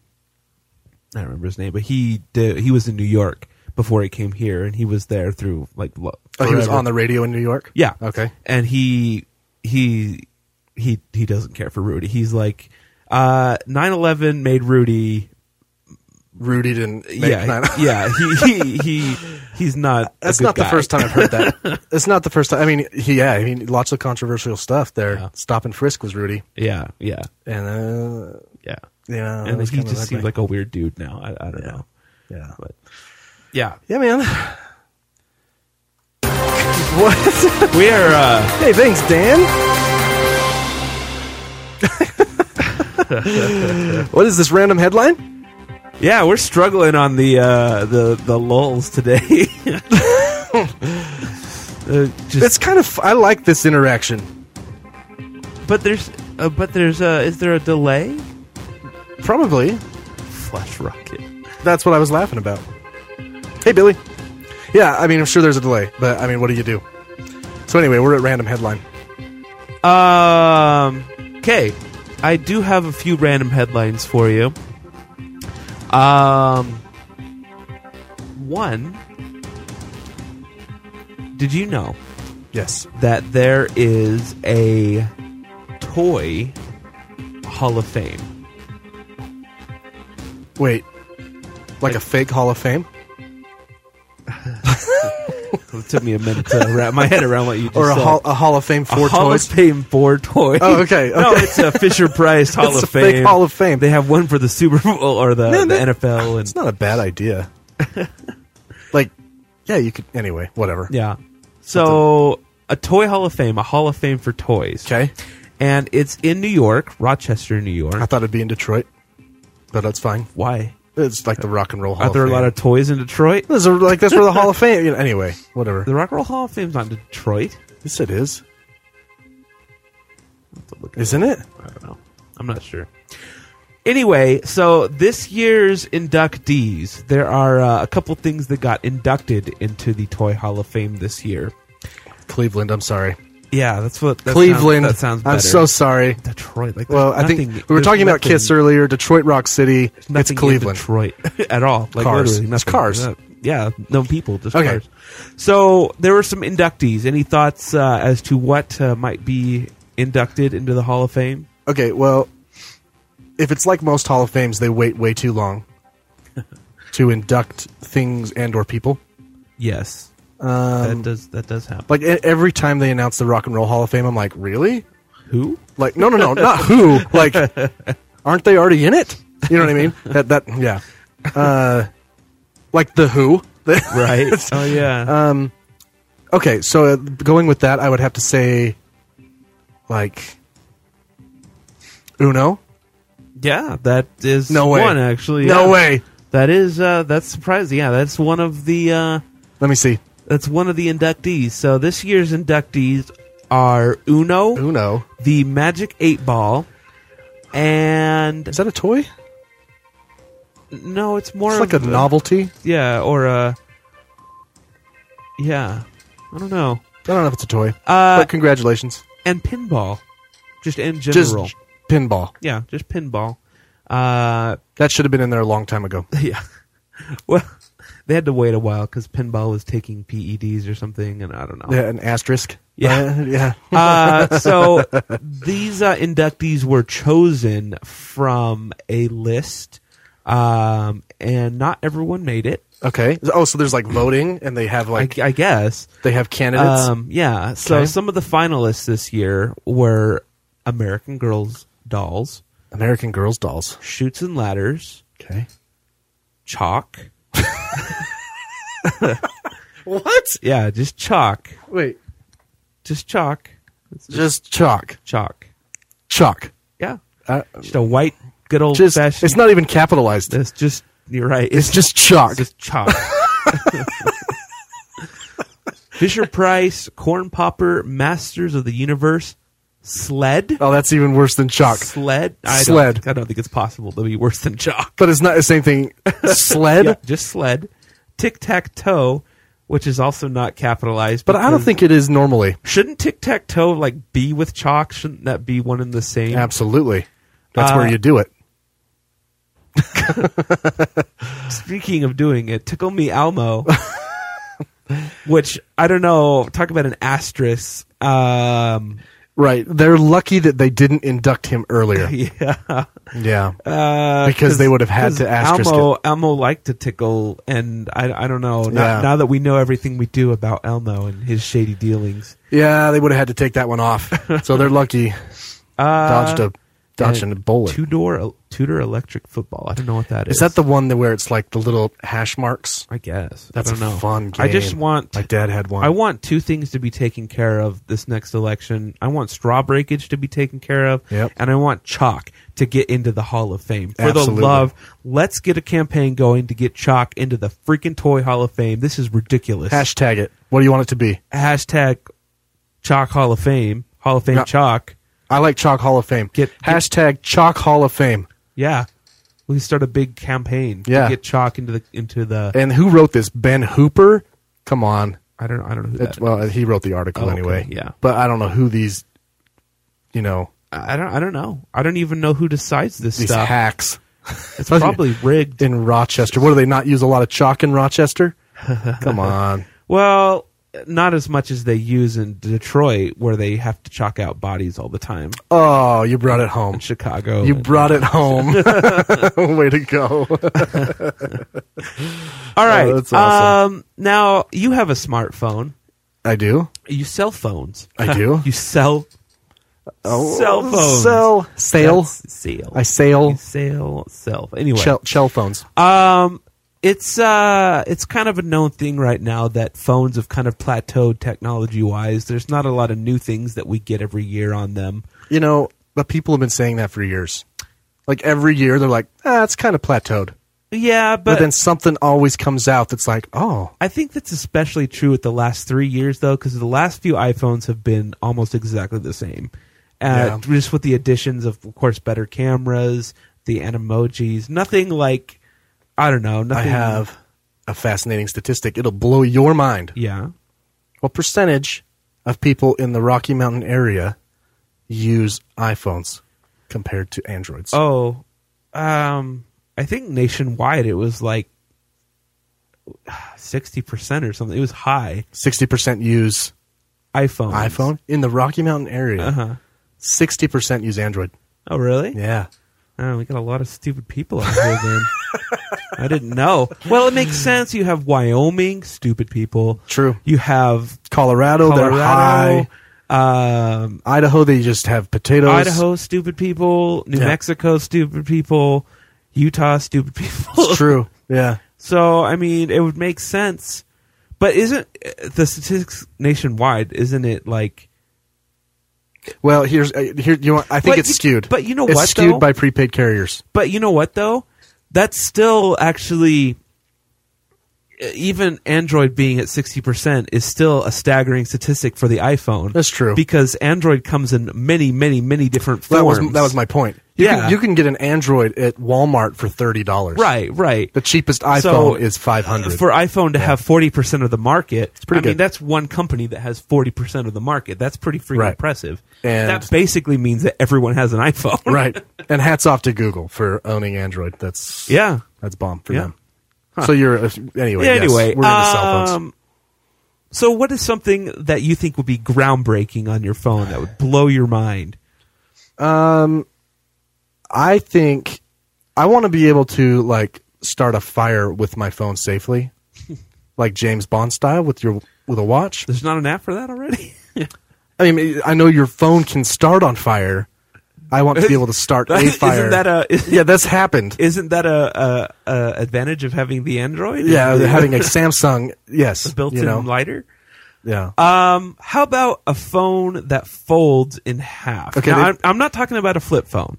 S7: I don't remember his name but he did, he was in New York before he came here and he was there through like lo-
S6: oh, he was
S7: forever.
S6: on the radio in New York?
S7: yeah
S6: Okay.
S7: and he he he he doesn't care for Rudy he's like uh 9/11 made Rudy
S6: Rudy didn't. Make
S7: yeah yeah he, he he he's not a
S6: That's
S7: good
S6: not the
S7: guy.
S6: first time I've heard that. That's not the first time. I mean, he- yeah, I mean, lots of controversial stuff there.
S7: Yeah.
S6: Stop and frisk was Rudy,
S7: yeah yeah
S6: and uh,
S7: yeah
S6: yeah, that
S7: and
S6: was
S7: he
S6: kinda
S7: just
S6: ugly.
S7: seems like a weird dude now. I, I don't know.
S6: yeah,
S7: But yeah,
S6: yeah, man. what?
S7: we are. Uh,
S6: hey, thanks, Dan. what is this random headline?
S7: yeah, we're struggling on the uh, the the lulls today. Uh, just-
S6: It's kind of. I like this interaction.
S7: but there's uh, but there's uh, is there a delay?
S6: Probably.
S7: Flash rocket.
S6: that's what I was laughing about. Hey, Billy. Yeah, I mean, I'm sure there's a delay, but I mean, what do you do? So anyway, we're at random headline.
S7: Um. Okay, I do have a few random headlines for you. Um. One. Did you know
S6: Yes.
S7: that there is a toy Hall of Fame?
S6: Wait, like a fake Hall of Fame
S7: It took me a minute to wrap my head around what you just
S6: or a
S7: said.
S6: hall, a Hall of Fame for
S7: a Hall
S6: toys?
S7: of Fame for toys.
S6: Oh, okay,
S7: no,
S6: okay.
S7: it's a Fisher Price Hall
S6: It's
S7: of
S6: a
S7: Fame.
S6: fake Hall of Fame.
S7: They have one for the Super Bowl or the,
S6: Man,
S7: the
S6: that-
S7: NFL and
S6: It's not a bad idea. like, yeah, you could. Anyway, whatever.
S7: yeah. So a toy Hall of Fame, a Hall of Fame for toys.
S6: Okay.
S7: and it's in New York, Rochester, New York.
S6: I thought it'd be in Detroit, but that's fine.
S7: Why
S6: It's like the Rock and Roll Hall.
S7: are there
S6: of
S7: a lot
S6: Fame.
S7: of toys in Detroit?
S6: Those are like that's where the Hall of Fame. You know, anyway, whatever.
S7: The Rock and Roll Hall of Fame's not in Detroit.
S6: Yes, it is.
S7: to look
S6: Isn't it?
S7: I don't know. I'm not sure. Anyway, so this year's inductees, there are uh, a couple things that got inducted into the Toy Hall of Fame this year.
S6: Cleveland. I'm sorry.
S7: Yeah, that's what that
S6: Cleveland.
S7: Sounds, that sounds better.
S6: I'm so sorry.
S7: Detroit. Like,
S6: Well,
S7: there's
S6: I think
S7: nothing-
S6: we were
S7: there's
S6: talking about
S7: nothing-
S6: Kiss earlier. Detroit Rock City. It's
S7: nothing in
S6: Cleveland.
S7: Detroit at all. Like
S6: Cars.
S7: literally,
S6: It's
S7: nothing.
S6: cars.
S7: Yeah, no people, just
S6: Okay.
S7: cars. So there were some inductees. Any thoughts uh, as to what uh, might be inducted into the Hall of Fame?
S6: Okay, well, if it's like most Hall of Fames, they wait way too long to induct things and or people.
S7: Yes,
S6: Um,
S7: that does that does happen.
S6: Like e- every time they announce the Rock and Roll Hall of Fame, I'm like, really?
S7: who?
S6: Like, no, no, no, not who. Like, aren't they already in it? You know what I mean? That that yeah. Uh, like the Who.
S7: Right? oh yeah.
S6: okay, so uh, going with that, I would have to say, like, Uno.
S7: Yeah, that is
S6: No way.
S7: one actually.
S6: No
S7: yeah.
S6: way.
S7: That is uh that's surprising. Yeah, that's one of the uh
S6: Let me see.
S7: that's one of the inductees. So this year's inductees are Uno,
S6: Uno.
S7: the Magic 8 Ball, and
S6: Is that a toy? It's
S7: no, it's more
S6: like a
S7: of
S6: novelty.
S7: Yeah, or a Yeah. I don't know.
S6: I don't know if it's a toy.
S7: Uh,
S6: but congratulations.
S7: And pinball. Just in
S6: Just
S7: general.
S6: pinball.
S7: yeah, just pinball. Uh
S6: That should have been in there a long time ago.
S7: Yeah. Well, they had to wait a while because pinball was taking PEDs or something, and I don't know.
S6: Yeah, an asterisk.
S7: Yeah.
S6: Uh, yeah.
S7: Uh, so these uh, inductees were chosen from a list, um, and not everyone made it.
S6: Okay. Oh, so there's like voting, and they have like
S7: I, I guess.
S6: they have candidates.
S7: Um, yeah. So
S6: Okay.
S7: some of the finalists this year were American Girls Dolls,
S6: American Girls dolls.
S7: Shoots and Ladders,
S6: Okay.
S7: Chalk.
S6: What?
S7: Yeah, just Chalk.
S6: Wait.
S7: Just Chalk.
S6: Just chalk.
S7: Chalk.
S6: Chalk.
S7: Yeah.
S6: Uh,
S7: Just a white, good old
S6: just.
S7: fashioned.
S6: It's not even capitalized.
S7: That's just. You're right.
S6: It's just chalk.
S7: just chalk. Fisher Price, Corn Popper, Masters of the Universe, Sled.
S6: oh, that's even worse than chalk.
S7: Sled. I
S6: Sled.
S7: Don't, I don't think it's possible to be worse than chalk.
S6: But it's not the same thing. Sled.
S7: Yeah, just sled. Tic Tac Toe, which is also not capitalized.
S6: But I don't
S7: because-
S6: think it is normally.
S7: shouldn't Tic Tac Toe like be with chalk? Shouldn't that be one and the same?
S6: Absolutely. That's
S7: Uh,
S6: where you do it.
S7: Speaking of doing it, Tickle Me Elmo, which I don't know. Talk about an asterisk. Um,
S6: Right. They're lucky that they didn't induct him earlier.
S7: yeah.
S6: Yeah.
S7: Uh,
S6: Because they would have had
S7: 'cause
S6: to asterisk
S7: Elmo, Elmo liked to tickle, and I, I don't know. Now,
S6: Yeah.
S7: now that we know everything we do about Elmo and his shady dealings,
S6: Yeah, they would have had to take that one off. So they're lucky. dodged a dodged a bullet.
S7: Two door Tudor electric football. I don't know what that is.
S6: is that the one that where it's like the little hash marks?
S7: I guess
S6: That's
S7: I don't
S6: a
S7: know.
S6: fun
S7: I just
S6: game.
S7: want.
S6: My dad had one.
S7: I want two things to be taken care of this next election. I want straw breakage to be taken care of,
S6: Yep.
S7: and I want chalk to get into the Hall of Fame. For
S6: Absolutely.
S7: the love, let's get a campaign going to get chalk into the freaking toy Hall of Fame. This is ridiculous.
S6: Hashtag it. What do you want it to be?
S7: Hashtag chalk Hall of Fame, Hall of Fame
S6: Yeah.
S7: chalk.
S6: I like Chalk Hall of Fame.
S7: Get-
S6: Hashtag Chalk Hall of Fame.
S7: Yeah, We can start a big campaign
S6: Yeah.
S7: to get chalk into the into the.
S6: And who wrote this? Ben Hooper? Come on.
S7: I don't I don't know who
S6: That's
S7: that.
S6: well, he wrote the article
S7: Oh, Uh, okay,
S6: anyway.
S7: yeah.
S6: But I don't know who these, you know,
S7: I I don't I don't know. I don't even know who decides this
S6: these
S7: stuff.
S6: hacks
S7: It's probably rigged.
S6: in Rochester. What do they not use a lot of chalk in Rochester? Come on.
S7: Well, not as much as they use in Detroit, where they have to chalk out bodies all the time.
S6: Oh, you brought it home.
S7: In Chicago,
S6: You
S7: and-
S6: brought it home. Way to go.
S7: All right.
S6: that's awesome.
S7: Um, now you have a smartphone.
S6: I do.
S7: You sell phones.
S6: I do. Oh,
S7: You sell cell phones.
S6: Sell. Sale.
S7: That's sale.
S6: I sail.
S7: You sell self. Anyway,
S6: Shell, shell phones.
S7: um, it's uh, it's kind of a known thing right now that phones have kind of plateaued technology wise. There's not a lot of new things that we get every year on them.
S6: You know, but people have been saying that for years. Like every year, they're like, ah, it's kind of plateaued.
S7: Yeah,
S6: But,
S7: but,
S6: then something always comes out that's like, oh,
S7: I think that's especially true with the last three years, though, because the last few iPhones have been almost exactly the same.
S6: Yeah.
S7: Uh, Just with the additions of, of course, better cameras, the animojis, nothing like, I don't know,
S6: I
S7: nothing.
S6: have a fascinating statistic. It'll blow your mind.
S7: Yeah.
S6: What percentage of people in the Rocky Mountain area use iPhones compared to Androids?
S7: Oh, um, I think nationwide it was like 60% or something. It was high.
S6: 60% use
S7: iPhone.
S6: iPhone in the Rocky Mountain area.
S7: Uh huh.
S6: 60% use Android.
S7: Oh, really?
S6: Yeah.
S7: Oh, we got a lot of stupid people out here then. I didn't know. Well, it makes sense. You have Wyoming, stupid people.
S6: True.
S7: You have
S6: Colorado, they're
S7: Colorado,
S6: high.
S7: um,
S6: Idaho, they just have potatoes.
S7: Idaho, stupid people. New
S6: Yeah.
S7: Mexico, stupid people. Utah, stupid people.
S6: It's true. Yeah.
S7: So, I mean, it would make sense. But isn't uh, the statistics nationwide, isn't it like.
S6: Well, here's uh, here. You want, I think
S7: But
S6: it's
S7: you-
S6: skewed.
S7: but you know
S6: it's
S7: what,
S6: Skewed
S7: though?
S6: by prepaid carriers.
S7: But you know what though? That's still actually e, even Android being at 60% is still a staggering statistic for the iPhone.
S6: That's true.
S7: Because Android comes in many, many, many different
S6: That
S7: forms.
S6: was that was my point. You
S7: Yeah.
S6: Can, you can get an Android at Walmart for thirty dollars.
S7: Right, right.
S6: The cheapest iPhone
S7: So,
S6: is five hundred.
S7: For iPhone to have 40% of the market, it's
S6: pretty
S7: I mean,
S6: good.
S7: that's one company that has 40% of the market. That's pretty freaking
S6: Right.
S7: impressive.
S6: And-
S7: that basically means that everyone has an iPhone.
S6: right. And hats off to Google for owning Android. That's
S7: Yeah.
S6: That's bomb for
S7: Yeah.
S6: them. So you're uh, anyway.
S7: Yeah,
S6: yes,
S7: anyway,
S6: we're into cell phones.
S7: um, So, what is something that you think would be groundbreaking on your phone that would blow your mind?
S6: I think I want to be able to like start a fire with my phone safely, like James Bond style with your with a watch.
S7: There's not an app for that already.
S6: I mean, I know your phone can start on fire. I want to be able to start a
S7: Isn't
S6: fire.
S7: that a- is-
S6: yeah? That's happened.
S7: Isn't that a, a, a advantage of having the Android?
S6: yeah,
S7: Is it
S6: having a Samsung. Yes,
S7: a built-in
S6: you know,
S7: lighter.
S6: yeah.
S7: Um, how about a phone that folds in half?
S6: Okay,
S7: Now,
S6: they-
S7: I'm, I'm not talking about a flip phone.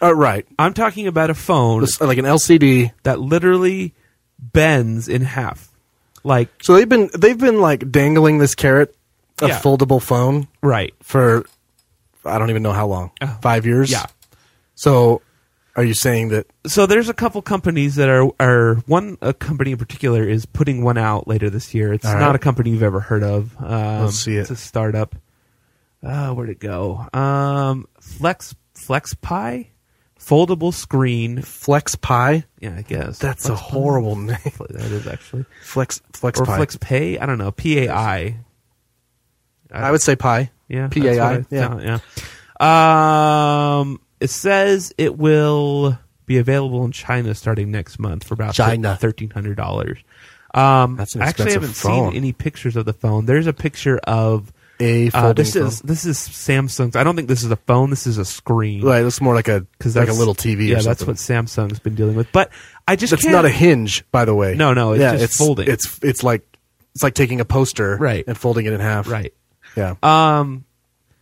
S6: Uh, right,
S7: I'm talking about a phone
S6: It's like an LCD.
S7: that literally bends in half, like
S6: So they've been they've been like dangling this carrot, a
S7: Yeah.
S6: foldable phone
S7: right.
S6: for I don't even know how long,
S7: Oh.
S6: five years.
S7: Yeah.
S6: So, are you saying that
S7: so there's a couple companies that are are one a company in particular is putting one out later this year. It's
S6: All right.
S7: not a company you've ever heard of. Um,
S6: Let's see it.
S7: It's a startup. Uh, where'd it go? Um, Flex FlexPi, foldable screen.
S6: Flex Pi?
S7: Yeah, I guess
S6: That's a
S7: Flex-
S6: horrible name.
S7: That is actually
S6: Flex Flex
S7: or
S6: Pi.
S7: FlexPay. I don't know. P A I.
S6: I would say Pi.
S7: Yeah. that's
S6: P A I.
S7: what I
S6: Yeah.
S7: thought, yeah. Um, it says it will be available in China starting next month for about
S6: China.
S7: thirteen hundred dollars. Um,
S6: That's an
S7: I actually
S6: expensive
S7: haven't
S6: phone.
S7: seen any pictures of the phone. There's a picture of
S6: A
S7: uh,
S6: folding
S7: this is
S6: phone.
S7: this is Samsung's. I don't think this is a phone. This is a screen.
S6: Right, it's more like a
S7: 'Cause
S6: like a
S7: that's-
S6: little TV.
S7: Yeah,
S6: or
S7: that's
S6: something.
S7: what Samsung's been dealing with. But I just
S6: That's
S7: can't-
S6: not a hinge, by the way.
S7: No, no, it's
S6: yeah,
S7: just
S6: it's
S7: folding.
S6: It's it's like it's like taking a poster
S7: Right.
S6: and folding it in half.
S7: right. Uh,
S6: Yeah.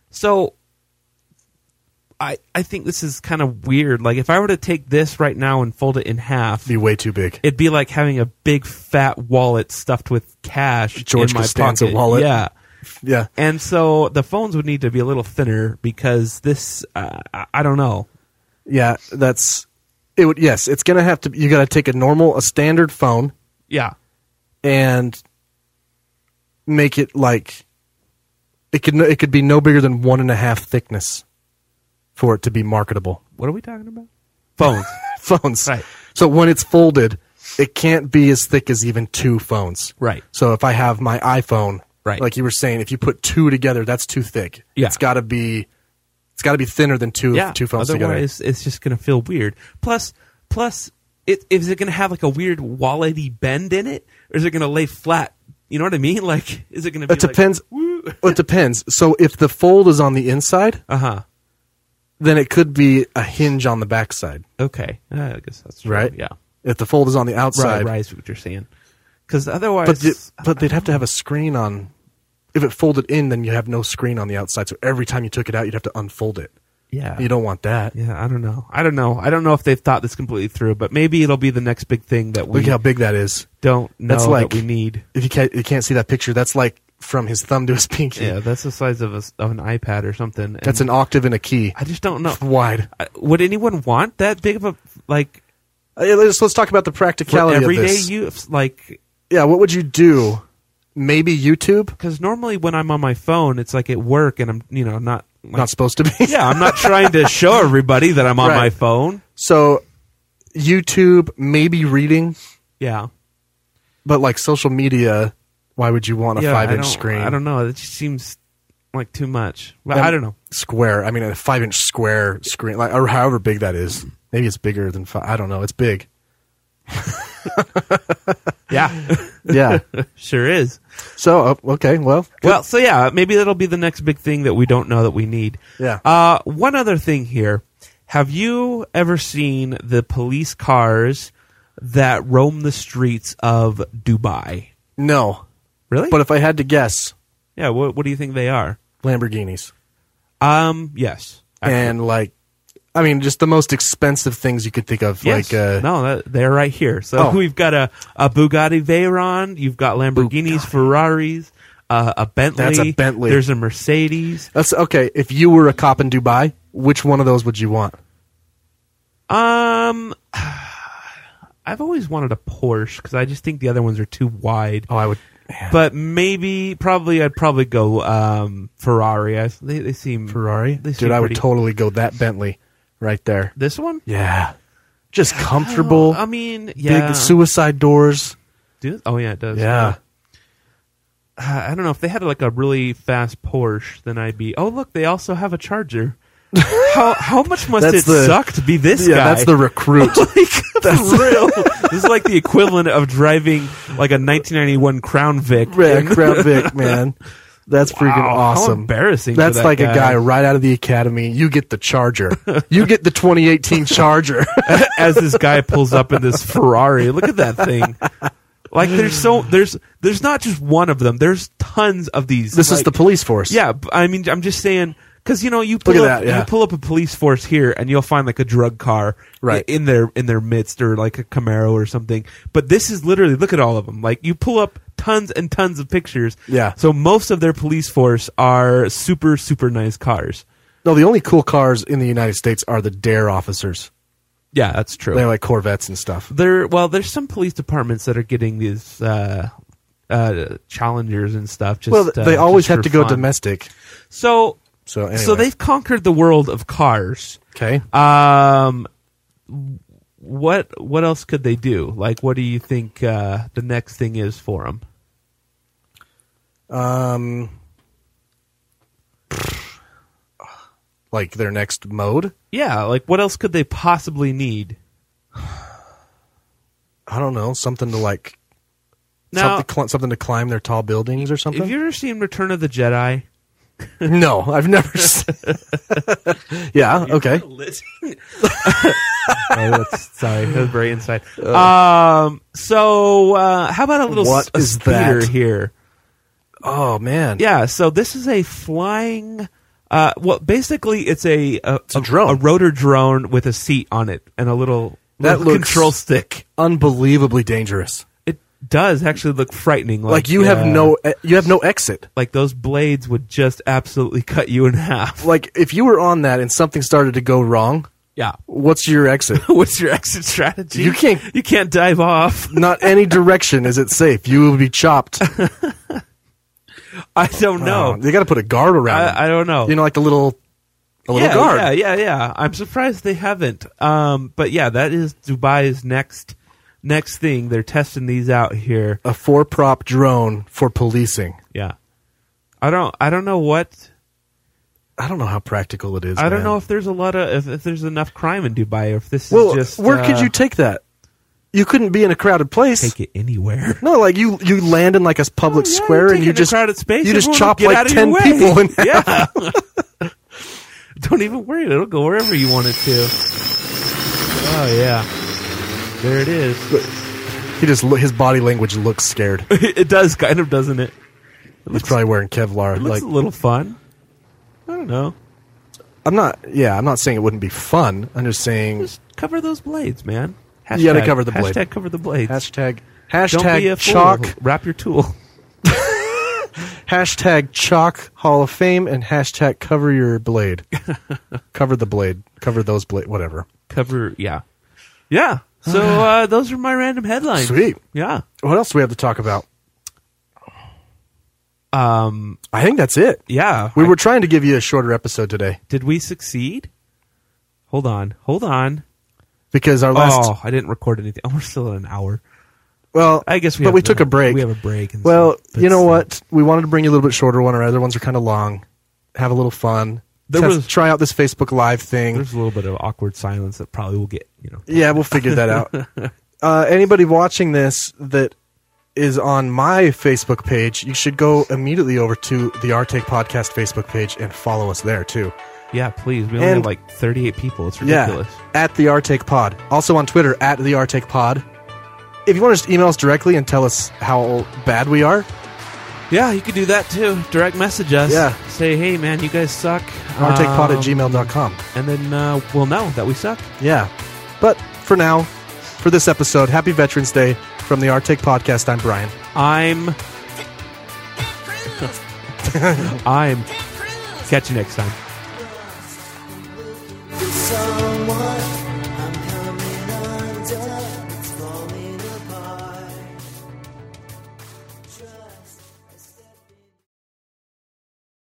S7: So I I think this is kind of weird. Like if I were to take this right now and fold it in half,
S6: be way too big.
S7: it'd be like having a big fat wallet stuffed with cash
S6: George
S7: in my
S6: Costanza
S7: pocket.
S6: wallet.
S7: Yeah.
S6: yeah.
S7: And so the phones would need to be a little thinner because this uh, I, I don't know.
S6: Yeah, that's It would yes, it's gonna have to. You gotta take a normal, a standard phone,
S7: Yeah.
S6: and make it like it could it could be no bigger than one and a half thickness for it to be marketable.
S7: What are we talking about? Phones.
S6: phones.
S7: Right.
S6: So when it's folded, it can't be as thick as even two phones.
S7: Right.
S6: So if I have my iPhone,
S7: Right.
S6: like you were saying, if you put two together, that's too thick.
S7: Yeah.
S6: It's got to be, it's got to be thinner than two
S7: yeah.
S6: two phones together.
S7: Otherwise, it's just going to feel weird. Plus, plus, it, is it going to have like a weird wallety bend in it, or is it going to lay flat? You know what I mean? Like, is it going to be?
S6: It depends. it depends. So if the fold is on the inside,
S7: Like, uh huh.
S6: then it could be a hinge on the backside,
S7: Okay. Uh, I guess that's true.
S6: right?
S7: Yeah.
S6: If the fold is on the
S7: Right.
S6: outside,
S7: Right. is what you're saying. Because otherwise,
S6: but the- but they'd have to have a screen on. If it folded in, then you have no screen on the outside. So every time you took it out, you'd have to unfold it.
S7: yeah,
S6: You don't want that.
S7: Yeah, I don't know. I don't know. I don't know if they've thought this completely through, but maybe it'll be the next big thing that we
S6: Look how big that is.
S7: don't know
S6: That's like
S7: that we need.
S6: If you can't, you can't see that picture, that's like from his thumb to his pinky.
S7: Yeah, that's the size of, a s of an iPad or something. and
S6: That's an octave and a key
S7: I just don't know.
S6: wide.
S7: I- Would anyone want that big of a like
S6: Uh, Let's, let's talk about the
S7: for
S6: practicality of
S7: everyday
S6: this.
S7: use? Like,
S6: yeah, what would you do? Maybe YouTube?
S7: because normally when I'm on my phone, it's like at work, and I'm you know not like,
S6: Not supposed to be.
S7: yeah, I'm not trying to show everybody that I'm on
S6: Right.
S7: my phone.
S6: So YouTube, maybe reading,
S7: Yeah,
S6: but like social media, why would you want a
S7: yeah, I
S6: five-inch
S7: don't-
S6: screen?
S7: I don't know. It just seems like too much. Well,
S6: Um,
S7: I don't know.
S6: Square. I mean, a five-inch square screen, like or however big that is. Maybe it's bigger than five. I don't know. It's big.
S7: Yeah,
S6: Yeah.
S7: sure is.
S6: so uh, okay. Well. good.
S7: Well, so yeah, maybe that'll be the next big thing that we don't know that we need.
S6: Yeah.
S7: Uh, one other thing here. Have you ever seen the police cars that roam the streets of Dubai?
S6: no.
S7: Really?
S6: But if I had to guess,
S7: yeah. What, what do you think they are?
S6: Lamborghinis.
S7: Um. Yes.
S6: and like I mean just the most expensive things you could think of
S7: Yes.
S6: like uh
S7: no, that, they're right here. So
S6: Oh.
S7: we've got a, a Bugatti Veyron. You've got Lamborghinis, Ferraris, uh, a Bentley.
S6: That's a Bentley.
S7: There's a Mercedes.
S6: that's okay if you were a cop in Dubai which one of those would you want
S7: Um, I've always wanted a Porsche because I just think the other ones are too wide.
S6: oh I would
S7: But maybe, probably, I'd probably go um, Ferrari. I, they, they seem Ferrari. They seem
S6: dude I would
S7: pretty-
S6: totally go that Bentley right there
S7: this one.
S6: yeah just comfortable
S7: I mean, yeah.
S6: big suicide doors
S7: Do- oh yeah, it does.
S6: yeah
S7: Uh, I don't know if they had like a really fast Porsche, then I'd be. Oh look, they also have a Charger. how how much must
S6: That's
S7: it
S6: the-
S7: suck to be this
S6: yeah
S7: guy?
S6: that's the recruit
S7: like, that's real. this is like the equivalent of driving like a 1991 Crown Vic.
S6: Red Crown Vic man that's freaking
S7: Wow, how
S6: awesome
S7: embarrassing for
S6: that's
S7: that
S6: like
S7: guy.
S6: a guy right out of the academy you get the Charger you get the 2018 Charger
S7: as this guy pulls up in this Ferrari. Look at that thing. Like there's so there's there's not just one of them. There's tons of these.
S6: this is
S7: Like,
S6: the police force
S7: yeah. b- I mean, I'm just saying because you know you pull
S6: at
S7: up,
S6: that, yeah.
S7: you pull up a police force here and you'll find like a drug car
S6: Right.
S7: i- in their in their midst or like a Camaro or something. But this is literally look at all of them. Like you pull up tons and tons of pictures.
S6: Yeah.
S7: So most of their police force are super super nice cars.
S6: No, the only cool cars in the United States are the Dare officers.
S7: Yeah, that's true.
S6: They're like Corvettes and stuff.
S7: there well there's some police departments that are getting these uh uh challengers and stuff just
S6: Well,
S7: uh,
S6: they always
S7: just
S6: have
S7: for
S6: to go
S7: fun.
S6: domestic.
S7: so
S6: So Uh, anyway,
S7: so they've conquered the world of cars
S6: okay.
S7: um what what else could they do like what do you think uh the next thing is for them
S6: Um, like their next mode.
S7: yeah like what else could they possibly need
S6: I don't know something to like
S7: now
S6: something, cl- something to climb their tall buildings or
S7: have
S6: something.
S7: you ever seen return of the jedi
S6: No, I've never. seen yeah. Okay.
S7: oh, that's sorry, that's very inside. Um, so uh, how about a little
S6: Uh. What
S7: s- a
S6: is
S7: speeder
S6: that?
S7: here?
S6: Oh man.
S7: Yeah, so this is a flying. Uh, well, basically, it's a a,
S6: a drone.
S7: a rotor drone with a seat on it and a little,
S6: That
S7: little
S6: looks-
S7: control stick.
S6: Unbelievably dangerous.
S7: It does actually look frightening. Like,
S6: Like, you have
S7: uh,
S6: no eh, you have no exit.
S7: like those blades would just absolutely cut you in half.
S6: like if you were on that and something started to go wrong,
S7: Yeah.
S6: What's your exit?
S7: What's your exit strategy?
S6: You can't-
S7: You can't dive off.
S6: Not any direction is it safe. You will be chopped.
S7: I don't know.
S6: Uh, they got to put a guard around.
S7: I-
S6: him.
S7: I don't know.
S6: You know, like a little, a little
S7: yeah,
S6: guard.
S7: Yeah, yeah, yeah. I'm surprised they haven't. Um, but yeah, that is Dubai's next next thing. They're testing these out here.
S6: A four-prop drone for policing.
S7: Yeah. I don't. I don't know what.
S6: I don't know how practical it is.
S7: I don't
S6: man.
S7: know if there's a lot of if, if there's enough crime in Dubai or if this
S6: well,
S7: is just
S6: where could
S7: uh,
S6: you take that? You couldn't be in a crowded place.
S7: take it anywhere.
S6: No, like you you land in like a public
S7: Oh, yeah,
S6: square
S7: you
S6: and
S7: take
S6: you
S7: it in a
S6: just
S7: crowded space,
S6: you just
S7: everyone will
S6: chop
S7: get
S6: like
S7: out of your
S6: ten
S7: way.
S6: people. In
S7: yeah. Don't even worry, it'll go wherever you want it to. Oh yeah, there it is.
S6: He just lo- his body language looks scared.
S7: it does kind of, doesn't it?
S6: He's probably wearing Kevlar.
S7: It looks
S6: Like
S7: a little fun. I don't know.
S6: I'm not. Yeah, I'm not saying it wouldn't be fun. I'm just saying
S7: Just cover those blades, man. Hashtag,
S6: You gotta cover the blade.
S7: Hashtag cover the blades.
S6: hashtag
S7: Don't be a
S6: hashtag
S7: fool.
S6: chalk
S7: Wrap your tool.
S6: hashtag chalk Hall of Fame and hashtag cover your blade. cover the blade. Cover those blade. Whatever.
S7: Cover. Yeah. Yeah. So uh, those are my random headlines.
S6: Sweet.
S7: Yeah.
S6: What else do we have to talk about?
S7: Um.
S6: I think that's it.
S7: Yeah.
S6: We were trying to give you a shorter episode today
S7: Did we succeed? Hold on. Hold on.
S6: because our last
S7: oh, I didn't record anything. Oh, we're still at an hour.
S6: Well,
S7: I guess we
S6: but
S7: have
S6: we
S7: to
S6: took a
S7: have-
S6: break.
S7: we have a break and
S6: well,
S7: stuff, but
S6: you know
S7: still.
S6: what? We wanted to bring you a little bit shorter one. Our other ones are kind of long. Have a little fun.
S7: There
S6: Test-
S7: was-
S6: try out this Facebook Live thing.
S7: There's a little bit of awkward silence that probably will get you know.
S6: Yeah, we'll figure that out. uh, anybody watching this that is on my Facebook page, you should go immediately over to the Our Take Podcast Facebook page and follow us there too.
S7: Yeah, please. We only
S6: And-
S7: have like 38 people. It's ridiculous.
S6: Yeah, at the Artake Pod. Also on Twitter at the Artake Pod. If you want to just email us directly and tell us how bad we are,
S7: Yeah, you could do that too. Direct message us.
S6: Yeah.
S7: Say, hey man, you guys suck.
S6: artakepod
S7: Um,
S6: at gmail.com.
S7: And then uh, we'll know that we suck.
S6: Yeah. But for now, for this episode, happy Veterans Day from the Arctic Podcast. I'm Brian.
S7: I'm. I'm. Catch you next time.